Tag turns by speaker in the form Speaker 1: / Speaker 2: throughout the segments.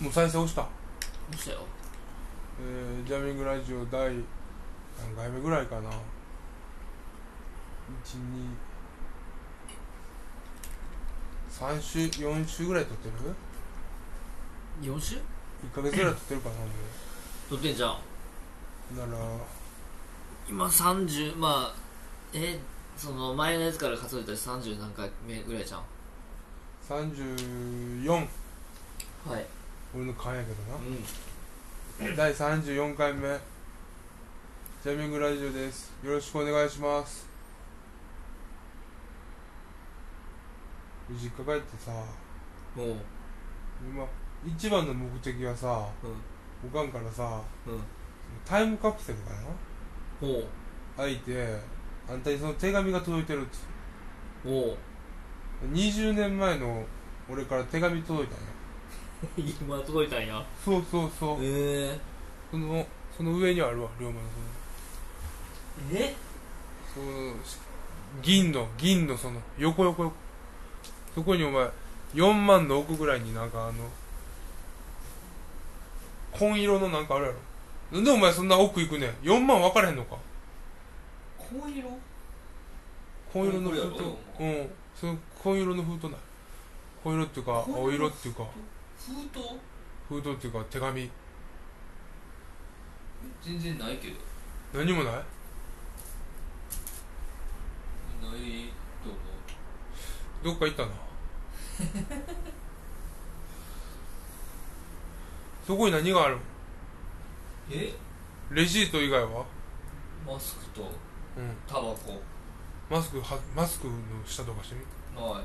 Speaker 1: もう再生押した
Speaker 2: どうしたよ
Speaker 1: えー、ジャミングラジオ第何回目ぐらいかな123週4週ぐらい撮ってる
Speaker 2: 4週
Speaker 1: 1ヶ月ぐらい撮ってるかなも
Speaker 2: 撮ってんじゃん
Speaker 1: うだから
Speaker 2: 今30まあえその前のやつから数えたら30何回目ぐらいじゃん
Speaker 1: 34
Speaker 2: はい
Speaker 1: 俺の勘やけど
Speaker 2: うん
Speaker 1: な第34回目ジャミングラジオですよろしくお願いします実家帰ってさ
Speaker 2: もう
Speaker 1: 今一番の目的はさ
Speaker 2: う
Speaker 1: おかんからさ
Speaker 2: んうん
Speaker 1: タイムカプセルかな
Speaker 2: ほう
Speaker 1: 開いてあんたにその手紙が届いてるっつ
Speaker 2: もう
Speaker 1: 20年前の俺から手紙届いたんや
Speaker 2: 今届いたんや
Speaker 1: そうそうそう
Speaker 2: え
Speaker 1: そのその上にあるわ龍馬の
Speaker 2: ー、え
Speaker 1: そのその銀の銀のその横横横そこにお前4万の奥ぐらいになんかあの紺色のなんかあるやろなんでお前そんな奥行くねん4万分からへんのか
Speaker 2: 紺色
Speaker 1: 紺色の封
Speaker 2: これこ
Speaker 1: 筒うんその紺色の封筒ない紺色っていうか
Speaker 2: 紺色
Speaker 1: 青色っていうか
Speaker 2: 封筒
Speaker 1: 封筒っていうか手紙
Speaker 2: 全然ないけど
Speaker 1: 何もない
Speaker 2: ないと思
Speaker 1: どっか行ったな そこに何があるの
Speaker 2: うえ
Speaker 1: レシート以外は
Speaker 2: マスクと
Speaker 1: うん
Speaker 2: タバコ
Speaker 1: マスクはマスクの下とかしてみ
Speaker 2: ない
Speaker 1: あ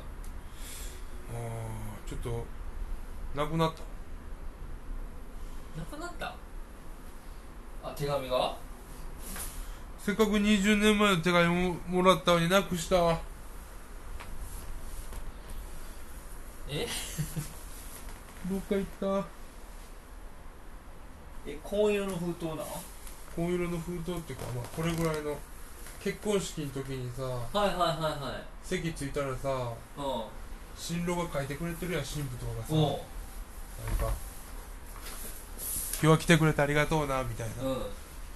Speaker 1: ーちょっとなくなった
Speaker 2: なくなったあ手紙が
Speaker 1: せっかく20年前の手紙ももらったのになくした
Speaker 2: え
Speaker 1: どっか行った
Speaker 2: え紺色の封筒な
Speaker 1: 紺色の封筒っていうか、まあ、これぐらいの結婚式の時にさ
Speaker 2: はいはいはいはい
Speaker 1: 席着いたらさ
Speaker 2: うん
Speaker 1: 新郎が書いてくれてるやん新婦とかがさ
Speaker 2: お
Speaker 1: なんか「今日は来てくれてありがとうな」みたいな
Speaker 2: うん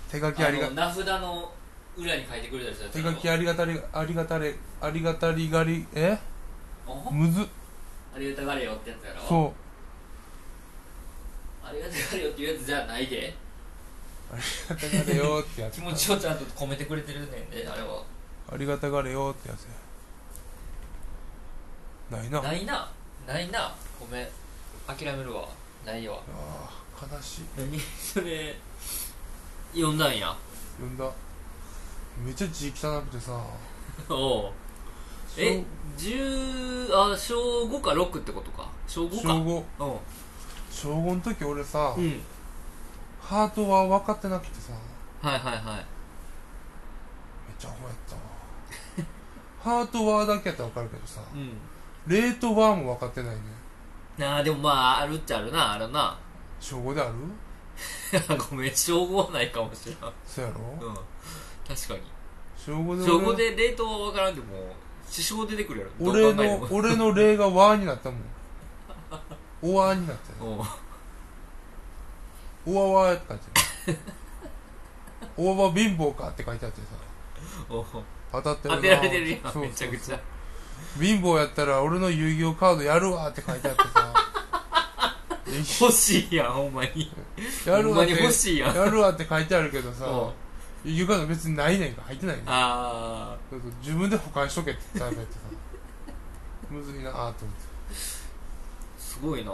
Speaker 1: 手書きありが
Speaker 2: の名札の裏に書いてくれたりしたやつ
Speaker 1: 手書き
Speaker 2: あ
Speaker 1: ありがたりありがたりありがたりがりえむずっ
Speaker 2: ありがたがれよってやつやろ
Speaker 1: そ
Speaker 2: ありがたがれよっていうやつじゃないで
Speaker 1: うありがたがれよってやつ
Speaker 2: 気持ちをちゃんと込めてくれてるねんであれは
Speaker 1: ありがたがれよってやつやないなあ
Speaker 2: ないなないなごめん諦めるわないわ
Speaker 1: あー悲しい
Speaker 2: 何それ読んだんや
Speaker 1: 読んだめっちゃ字汚くてさ
Speaker 2: おうえ十あ小5か6ってことか小
Speaker 1: 小小
Speaker 2: 5か
Speaker 1: 五小五の時俺さ、
Speaker 2: うん、うん、
Speaker 1: ハートは分かってなくてさめっ
Speaker 2: はいはいはい
Speaker 1: ちゃアホや ったわハートはだけやったら分かるけどさ
Speaker 2: うん
Speaker 1: レートはも分かってないね
Speaker 2: あーでもまああるっちゃあるなあるな
Speaker 1: 小五である
Speaker 2: ごめん小5はないかもしれん
Speaker 1: そうやろ、
Speaker 2: うん確かに
Speaker 1: 小五で
Speaker 2: 小5で冷凍は分からんでも師匠出てくるやろど
Speaker 1: 俺
Speaker 2: う考えても
Speaker 1: の俺の霊がわーになったもんおわーになったよ
Speaker 2: お う
Speaker 1: おわわーって書いてあるおわわ貧乏かって書いてあってさ
Speaker 2: おう
Speaker 1: 当たってるな
Speaker 2: 当てられてるやん
Speaker 1: そうそうそう
Speaker 2: めちゃくちゃ
Speaker 1: 貧乏やったら俺の遊戯王カードやるわって書いてあってさ
Speaker 2: 欲しいやんほんまに
Speaker 1: や
Speaker 2: ほ
Speaker 1: る
Speaker 2: ん
Speaker 1: わ
Speaker 2: ま
Speaker 1: っ
Speaker 2: に
Speaker 1: て
Speaker 2: 欲しいやん
Speaker 1: やるわって書いてあるけ どさ
Speaker 2: おう
Speaker 1: 遊戯王カード別にないねんか入ってないねん
Speaker 2: あ
Speaker 1: そうそう自分で保管しとけってタイプやってさむずいなあと思って
Speaker 2: ーすごいな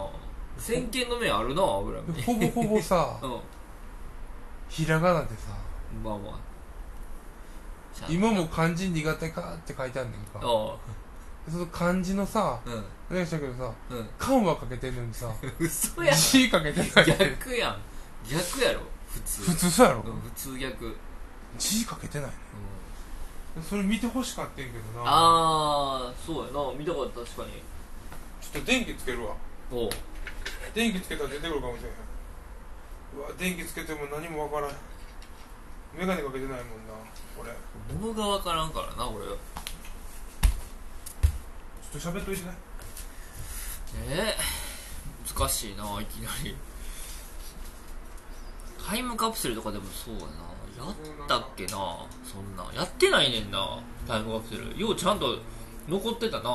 Speaker 2: 先見の目あるな油見
Speaker 1: でほぼほぼ さ
Speaker 2: うん
Speaker 1: ひらがなでさ
Speaker 2: まあまあちゃんと
Speaker 1: 今も漢字苦手かって書いてあんねんか
Speaker 2: おう
Speaker 1: その漢字のさ
Speaker 2: うん
Speaker 1: 何したけどさ
Speaker 2: うん
Speaker 1: 漢はかけてんのにさ
Speaker 2: 嘘やん
Speaker 1: 字かけてない
Speaker 2: 逆やん逆やろ普通
Speaker 1: 普通そうやろ
Speaker 2: うん普通逆、うん、
Speaker 1: 字かけてないそれ見てほしかったんやけどな
Speaker 2: ああそうやな見たかった確かに
Speaker 1: ちょっと電気つけるわ
Speaker 2: おう
Speaker 1: 電気つけたら出てくるかもしれへんうわ電気つけても何もわからん眼鏡かけてないもんな俺ち
Speaker 2: 物が分からんからな俺
Speaker 1: ょっと喋っといてね
Speaker 2: えー、難しいないきなりタイムカプセルとかでもそうやなやったっけなそんなやってないねんなタイムカプセルようちゃんと残ってたな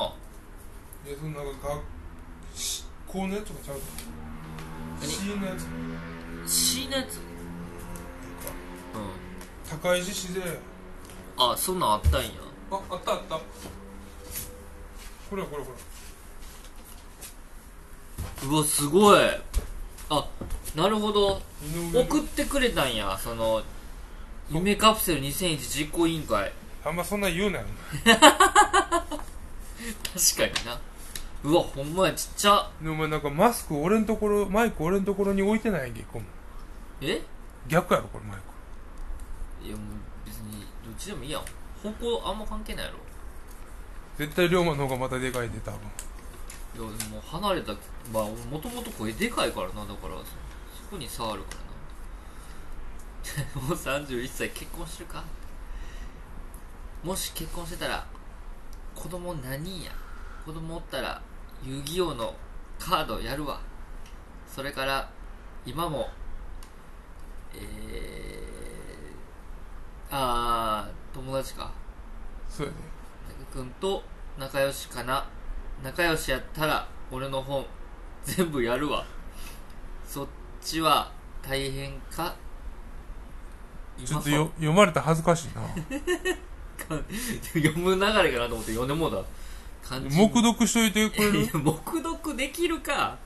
Speaker 2: い
Speaker 1: やそんななんか学校のやつとかちゃうか
Speaker 2: 何
Speaker 1: C のやつ
Speaker 2: C のやつうん
Speaker 1: 高い獅子で
Speaker 2: あそんなんあったんや
Speaker 1: ああったあったこれはこれこれ
Speaker 2: うわすごいあなるほど
Speaker 1: 井上
Speaker 2: 送ってくれたんやその夢カプセル2001実行委員会
Speaker 1: あんまそんな言うなよ
Speaker 2: 確かになうわほんまやちっちゃ
Speaker 1: お前でお前なんかマスク俺んところマイク俺んところに置いてないやんけこの
Speaker 2: え
Speaker 1: 逆やろこれマイク
Speaker 2: いやもう別にどっちでもいいやん方向あんま関係ないやろ
Speaker 1: 絶対龍馬の方がまたでかいで多分
Speaker 2: いやでも離れたまあもともと声でかいからなだからそそこに差あるからなもう31歳結婚してるかもし結婚してたら子供何人や子供おったら遊戯王のカードやるわそれから今もえー、あー友達か
Speaker 1: そうやで
Speaker 2: くんと仲良しかな仲良しやったら俺の本 全部やるわそっちは大変か
Speaker 1: ちょ
Speaker 2: 今
Speaker 1: っとよ読まれたら恥ずかしいな
Speaker 2: か読む流れかなと思って読んでもうだ感じ
Speaker 1: 黙読しといてくれ
Speaker 2: い
Speaker 1: る
Speaker 2: や黙読できるか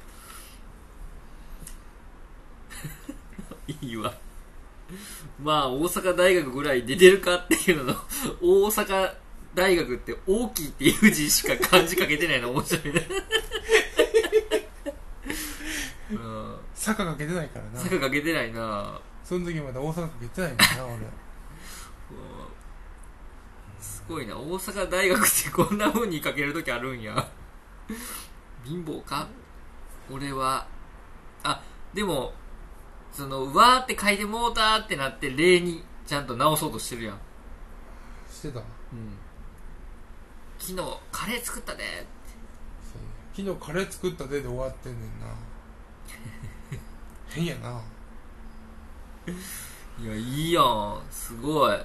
Speaker 2: いいわまあ大阪大学ぐらい出てるかっていうのの大阪大学って大きいっていう字しか漢字書けてないの面白いねうん
Speaker 1: 坂かけてないからな
Speaker 2: 坂書けてないな
Speaker 1: その時まだ大阪かけてないからな俺
Speaker 2: うんすごいな大阪大学ってこんな風に書ける時あるんや貧乏か俺はあでもそのうわーって書いてもうたーってなって礼にちゃんと直そうとしてるやん、
Speaker 1: してた
Speaker 2: 昨日カレー作ったで
Speaker 1: 昨日カレー作ったでで終わってんねんな変やない
Speaker 2: やいいやんすごい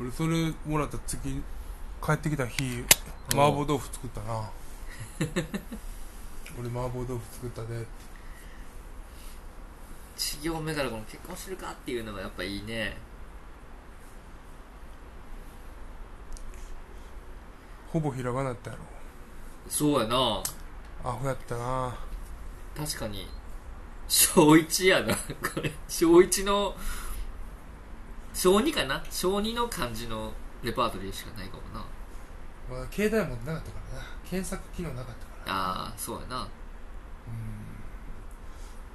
Speaker 1: 俺それもらった次帰ってきた日麻婆豆腐作ったな俺麻婆豆腐作ったで
Speaker 2: 1行目からこの結婚してるかっていうのがやっぱいいね
Speaker 1: ほぼひらがなったやろ
Speaker 2: そうやな
Speaker 1: アホやったな
Speaker 2: 確かに小1やな これ小1の小2かな小2の漢字のレパートリーしかないかもな
Speaker 1: まあ携帯持ってなかったからな検索機能なかったから
Speaker 2: ああそうやな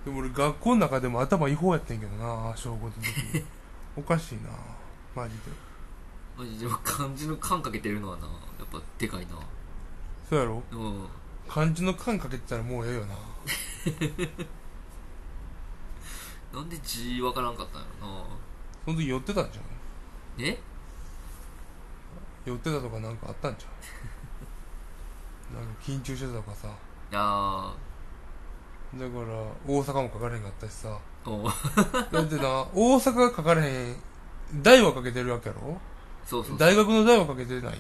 Speaker 1: でも俺学校の中でも頭違法やってんけどな小5の時 おかしいなマジで
Speaker 2: マジでも漢字の漢かけてるのはなやっぱでかいな
Speaker 1: そうやろ
Speaker 2: うん
Speaker 1: 漢字の漢かけてたらもうええよな
Speaker 2: なんで字わからんかったんやろな
Speaker 1: その時寄ってたんじゃん
Speaker 2: え
Speaker 1: 寄ってたとかなんかあったんじゃん なんか緊張してたとかさ
Speaker 2: あ
Speaker 1: だから大阪も書かれへんかったしさ
Speaker 2: あおう
Speaker 1: だってな大阪が書かれへん大はかけてるわけやろ
Speaker 2: そうそうそう
Speaker 1: 大学の大はかけてないや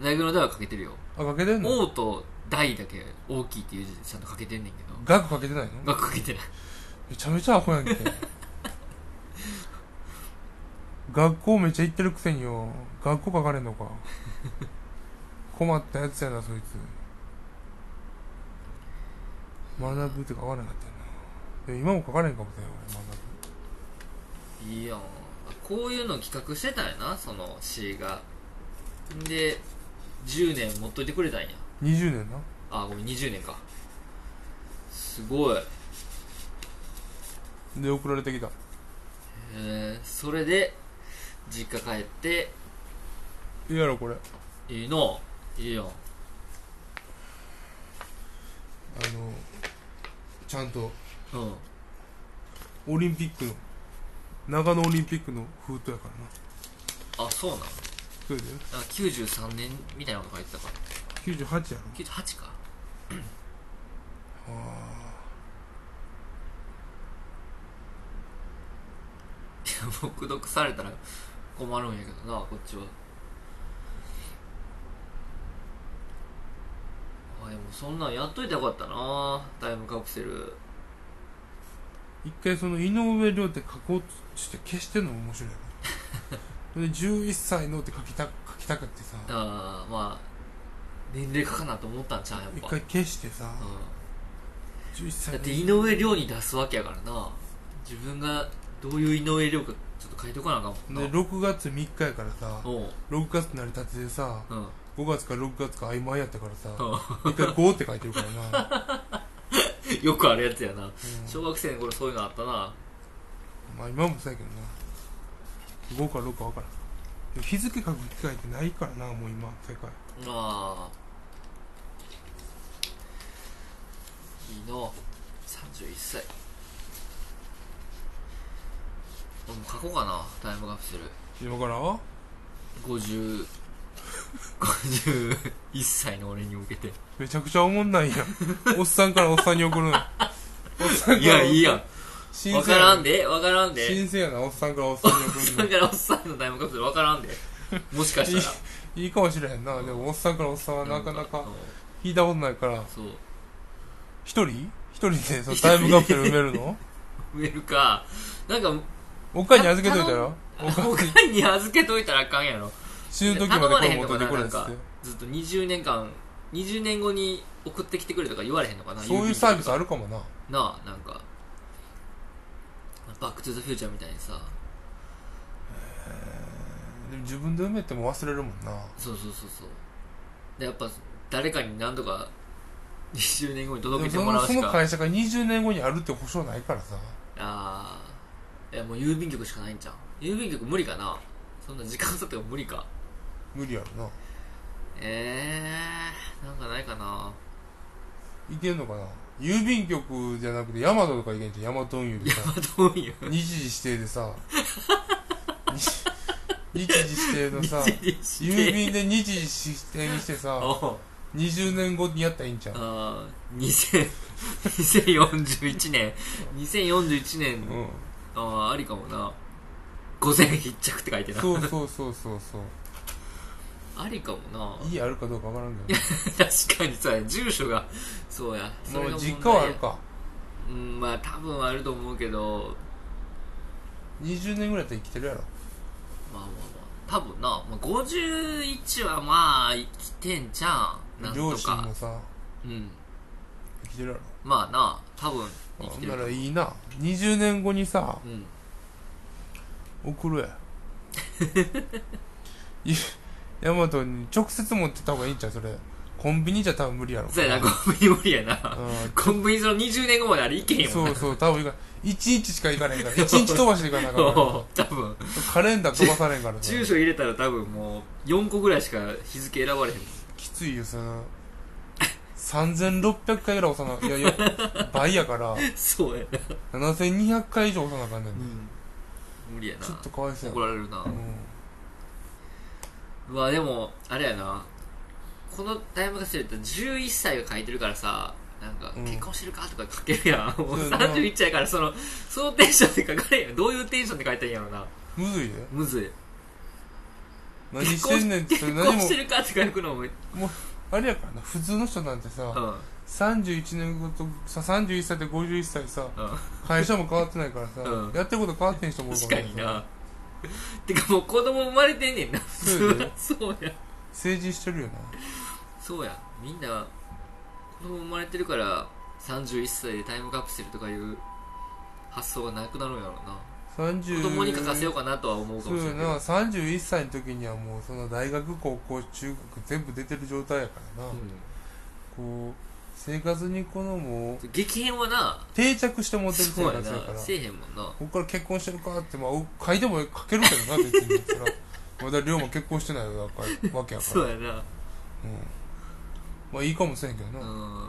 Speaker 2: 大学の大はかけてるよ
Speaker 1: ろあかけてんの
Speaker 2: 王と大だけ大きいっていう字でちゃんとかけてんねんけど
Speaker 1: 学かけてないの
Speaker 2: 学かけてない
Speaker 1: めちゃめちゃアホや んけ学校めっちゃ行ってるくせによ学校書かれんのか困ったやつやなそいつ学ぶって書かれなかったよなで今も書かれんかもしれん俺学ぶ
Speaker 2: いいやんこういうの企画してたんやなその C がんで10年持っといてくれたんや
Speaker 1: 20年な
Speaker 2: あごめん20年かすごいへ
Speaker 1: で送られてきた
Speaker 2: えそれで実家帰って
Speaker 1: いいやろこれあ
Speaker 2: いいのいいやん
Speaker 1: のちゃんと
Speaker 2: うん
Speaker 1: オリンピックの長野オリンピックの封筒やからな
Speaker 2: あそうなの
Speaker 1: それで
Speaker 2: あ93年みたいなこと書いてたから
Speaker 1: 98やろ
Speaker 2: 98か 黙読されたら困るんやけどなこっちはあでもそんなんやっといてよかったなタイムカプセル
Speaker 1: 一回その井上涼って書こうとして消してんの面白いよねそ れで11歳のって書きた書きたくってさ
Speaker 2: あーまあ年齢かかなと思ったんちゃうやっ
Speaker 1: 一
Speaker 2: ぱ、
Speaker 1: 回消してさ
Speaker 2: う
Speaker 1: 11
Speaker 2: ん、
Speaker 1: 歳の
Speaker 2: だって井上涼に出すわけやからな自分がどういう井上涼かちょっと書いとかなあかんも
Speaker 1: で
Speaker 2: んな
Speaker 1: 6月3日やからさ
Speaker 2: おう
Speaker 1: 6月成り立てでさ
Speaker 2: うん
Speaker 1: 5月か6月か曖昧やったからさ
Speaker 2: うん
Speaker 1: 一回5って書いてる からな、
Speaker 2: よくあるやつやな
Speaker 1: うん
Speaker 2: 小学生の頃そういうのあったな
Speaker 1: まあ今もそうやけどな5か6か分からんでも日付書く機会ってないからなもう今世界
Speaker 2: ああいいの31歳俺も書こうかなタイムカプセル
Speaker 1: 今から
Speaker 2: 50 51歳の俺に向けて
Speaker 1: めちゃくちゃおもんないやん おっさんからおっさんに送るのおっさんからおっさん
Speaker 2: いやいいやん
Speaker 1: 新
Speaker 2: 分
Speaker 1: 鮮
Speaker 2: から
Speaker 1: や
Speaker 2: ん
Speaker 1: な
Speaker 2: で分からんで
Speaker 1: 新鮮やなおっさんからおっさんに
Speaker 2: おっ
Speaker 1: 送
Speaker 2: さ
Speaker 1: るの
Speaker 2: ん からおっさんのタイムカプセル分からんでもしかしたら
Speaker 1: いいかもしれへんなでもおっさんからおっさんはなかな
Speaker 2: う
Speaker 1: か
Speaker 2: ん
Speaker 1: 聞いたことないから
Speaker 2: そう
Speaker 1: 一人一人でそのタイムカプセル埋める の
Speaker 2: 植えるかなんか
Speaker 1: おっかんに預けといたよおっかん
Speaker 2: おかんに預けといたらあかんやろ
Speaker 1: 死ぬ時までこれ持っといてこれっつっ
Speaker 2: 頼まれへんのかな
Speaker 1: て
Speaker 2: ずっと20年間20年後に送ってきてくれとか言われへんのかな
Speaker 1: そういうサービスあるかもな
Speaker 2: なあなんかバック・トゥ・ザ・フューチャーみたいにさ
Speaker 1: でも自分で埋めても忘れるもんな
Speaker 2: そうそうそうそうでやっぱ誰かに何とか20年後に
Speaker 1: で
Speaker 2: 届
Speaker 1: も
Speaker 2: けて
Speaker 1: そ
Speaker 2: もら
Speaker 1: の
Speaker 2: う
Speaker 1: そ
Speaker 2: し
Speaker 1: の
Speaker 2: かあ
Speaker 1: 会社が20年後にあるって保証ないからさ
Speaker 2: あーいやもう郵便局しかないんじゃん郵便局無理かなそんな時間差とか無理か
Speaker 1: 無理やろな
Speaker 2: ええー、なんかない かない
Speaker 1: けんのかな郵便局じゃなくてヤマトとかいけんじゃんヤマト運輸でさ
Speaker 2: まあどう いう
Speaker 1: 日時指定でさ日日時指定の さ郵便で日時指定にしてさ
Speaker 2: おう
Speaker 1: 20年後にやったらいいんじゃん
Speaker 2: あー2000 2041年2041年、
Speaker 1: うん
Speaker 2: ああありかもな5000必着って書いてな
Speaker 1: そうそうそうそうそう
Speaker 2: ありかもな
Speaker 1: 家あるかどうかわからんけ
Speaker 2: 確かにさ住所がそうや そ
Speaker 1: ど
Speaker 2: れ
Speaker 1: ま
Speaker 2: が
Speaker 1: あ
Speaker 2: 問題
Speaker 1: 実
Speaker 2: や
Speaker 1: 家はあるか
Speaker 2: うんまあ多分あると思うけど
Speaker 1: 20年ぐらいやったら生きてるやろ
Speaker 2: まあまあまあ多分な、まあ、51はまあ生きてんじゃんなん
Speaker 1: 両
Speaker 2: と
Speaker 1: 親
Speaker 2: か
Speaker 1: もさ
Speaker 2: うん
Speaker 1: 生きてるやろ
Speaker 2: まあな多分生き
Speaker 1: ほ
Speaker 2: て
Speaker 1: ん
Speaker 2: る
Speaker 1: ならいいな20年後にさ
Speaker 2: うん
Speaker 1: 送る やいヤマトに直接持ってった方がいいんちゃうそれコンビニじゃ多分無理やろ
Speaker 2: そうやなコンビニ無理やな
Speaker 1: う
Speaker 2: コンビニその20年後まであれいけへ
Speaker 1: ん
Speaker 2: んもん
Speaker 1: そ
Speaker 2: な
Speaker 1: うそう多分いか1日しか行かないから1日飛ばしていかないから
Speaker 2: おう 多分
Speaker 1: カレンダー飛ばされんからさ
Speaker 2: 住所入れたら多分もう4個ぐらいしか日付選 ばれへんもん
Speaker 1: きついよその3600回ぐらい押さないやいや倍やから
Speaker 2: そうやな、
Speaker 1: 7200回以上押さなあかんねん
Speaker 2: 無理やな
Speaker 1: ちょっとかわいそうや
Speaker 2: 怒
Speaker 1: な
Speaker 2: られるな
Speaker 1: うん
Speaker 2: うわでもあれやなこのタイムカプセルって11歳が書いてるからさなんか、
Speaker 1: うん
Speaker 2: 結婚してるかとか書けるやんもう
Speaker 1: そうやな
Speaker 2: 31歳からそのそのテンションで書かれへんやんどういうテンションで書いたらいいんやろな
Speaker 1: むずいで
Speaker 2: むずい
Speaker 1: 何してんねんってそれ
Speaker 2: 結
Speaker 1: 何
Speaker 2: 婚
Speaker 1: も
Speaker 2: してるかって書くのもうん
Speaker 1: あれやからな普通の人なんてさ、31年後とさ31歳と51歳さ
Speaker 2: う
Speaker 1: 会社も変わってないからさ、
Speaker 2: うん
Speaker 1: やってること変わってん人も
Speaker 2: ん
Speaker 1: 多い
Speaker 2: 確
Speaker 1: か
Speaker 2: からにな てかもう子供生まれてんねんな普
Speaker 1: そうや
Speaker 2: 通
Speaker 1: で
Speaker 2: はそうや
Speaker 1: 成人してるよな
Speaker 2: そうやみんな子供生まれてるから31歳でタイムカプセルとかいう発想がなくなるんやろうな
Speaker 1: 30
Speaker 2: 子供に書かせようかなとは思うか
Speaker 1: そう
Speaker 2: もし
Speaker 1: や
Speaker 2: れない
Speaker 1: な31歳の時にはもうその大学高校中学全部出てる状態やからな、こう生活にこのもう
Speaker 2: うん、激変はな
Speaker 1: 定着してもってる生
Speaker 2: そう
Speaker 1: 活
Speaker 2: や
Speaker 1: やから
Speaker 2: なせえへんもんな
Speaker 1: こっから結婚してるかってまあ書いても書けるけどな別にそらまだ龍も結婚してないわけやから
Speaker 2: そうやな
Speaker 1: うんまあいいかもしれんけどな、
Speaker 2: うん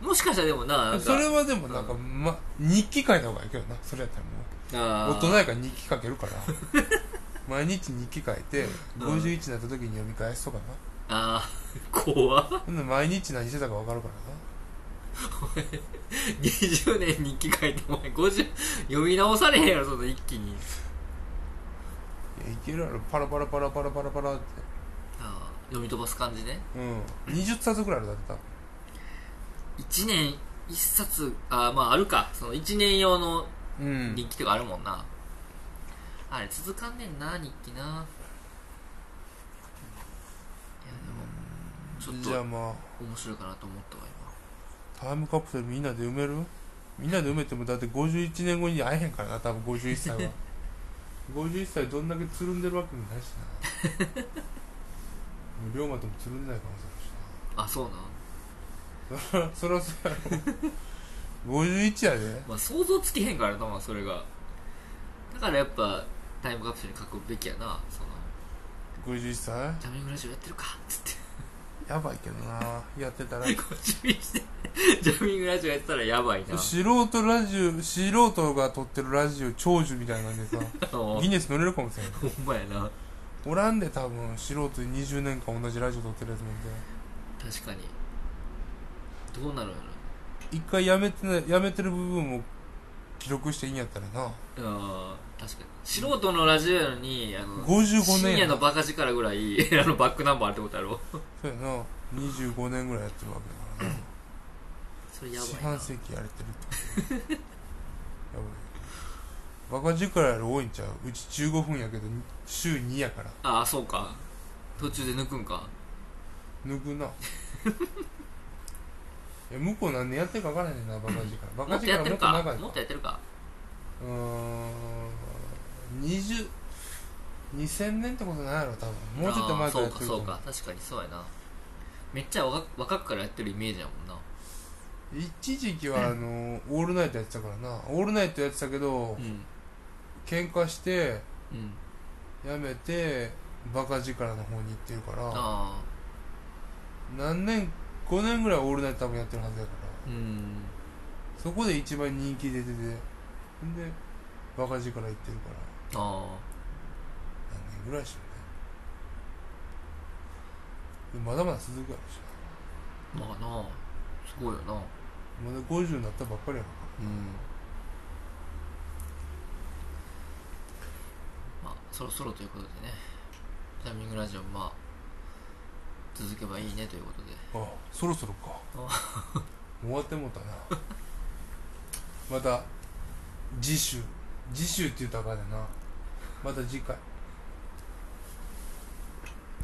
Speaker 2: もしかしたらでもななんか
Speaker 1: それはでもなんか、
Speaker 2: う
Speaker 1: ま、日記書いた方がいいけどなそれやったら
Speaker 2: あ
Speaker 1: もう大
Speaker 2: ー
Speaker 1: 人やから日記書ける から毎日日記書いて
Speaker 2: うん
Speaker 1: 51になった時に読み返すとかな
Speaker 2: あー怖っ
Speaker 1: ほんで毎日何してたか分かるから
Speaker 2: 20年に日記書いてお前50読み直されへんやろその一気に
Speaker 1: いやいけるやろパラパラパラパラパラパラって
Speaker 2: ああ読み飛ばす感じね
Speaker 1: うん20冊ぐらいあるだって多分
Speaker 2: 1年1冊あまああるかその1年用の
Speaker 1: うん
Speaker 2: 日記とかあるもんな、あれ続かんねんな日記ないやでもち
Speaker 1: じゃあ
Speaker 2: ょっ
Speaker 1: まあ
Speaker 2: と面白いかなと思ったわ
Speaker 1: タイムカプセルみんなで埋めるみんなで埋めてもだって51年後に会えへんからな多分51歳 は51歳どんだけつるんでるわけもないし なもう龍馬ともつるんでない可能性
Speaker 2: 今あそうなん
Speaker 1: あるしなそらそうやろ51やで
Speaker 2: まあ想像つきへんからな、まあ、それがだからやっぱタイムカプセルに書くべきやなその
Speaker 1: 51歳
Speaker 2: ジャミングラジオやってるかっつって
Speaker 1: やばいけどなやって たら
Speaker 2: 51してジャミングラジオやってたらやばいな
Speaker 1: 素人ラジオ素人が撮ってるラジオ長寿みたいなんで さ
Speaker 2: ほ
Speaker 1: ギネス乗れるかもしれん
Speaker 2: んまやな
Speaker 1: おらんで多分素人で20年間同じラジオ撮ってるやつなんて
Speaker 2: 確かにどうなるんや
Speaker 1: 一回やめてなやめてる部分を記録していいんやったらな
Speaker 2: ろあー確かに素人のラジオやのにあの
Speaker 1: 55
Speaker 2: 深
Speaker 1: 年
Speaker 2: 夜
Speaker 1: や
Speaker 2: の
Speaker 1: な
Speaker 2: バカ力ぐらい あのバックナンバーってことやろ
Speaker 1: そうやな25年ぐらいやってるわけだか
Speaker 2: それ
Speaker 1: ら
Speaker 2: や
Speaker 1: な
Speaker 2: ば
Speaker 1: 四
Speaker 2: い
Speaker 1: 半
Speaker 2: な
Speaker 1: 世紀やれてる ってことやばいバカ力より多いんちゃううち15分やけど週2やから
Speaker 2: ああそうか途中で抜くんか
Speaker 1: 抜 くないや向こう何年やってるか分からへんねんなバカ力バ
Speaker 2: も
Speaker 1: カ
Speaker 2: っとやっ
Speaker 1: 力
Speaker 2: て
Speaker 1: もっ
Speaker 2: る
Speaker 1: と長い
Speaker 2: かもっとやってるか
Speaker 1: うーん20 2000年ってことないやろ多分もうちょっと前からやってると
Speaker 2: あーそう
Speaker 1: 思
Speaker 2: かそうか確かにそうやなめっちゃ若若くからやってるイメージやもんな
Speaker 1: 一時期はあのオールナイトやってたからなオールナイトやってたけど
Speaker 2: うん
Speaker 1: 喧嘩して
Speaker 2: うん
Speaker 1: やめてバカ力の方に行ってるから
Speaker 2: あ
Speaker 1: 何年5年ぐらいオールナイト多分やってるはずやから
Speaker 2: あうん
Speaker 1: そこで一番人気出ててんでバカ力行ってるから
Speaker 2: あ
Speaker 1: 何年ぐらいでしょうねでまだまだ続くやろし
Speaker 2: あまあなすごいよな
Speaker 1: まだ50になったばっかりやろ
Speaker 2: うんまあそろそろということでねタイミングラジオまあ続けばいいねということで
Speaker 1: あそろそろか
Speaker 2: あ
Speaker 1: もう終わってもうたなまた次週次週って言うたらあかんねんなまた次回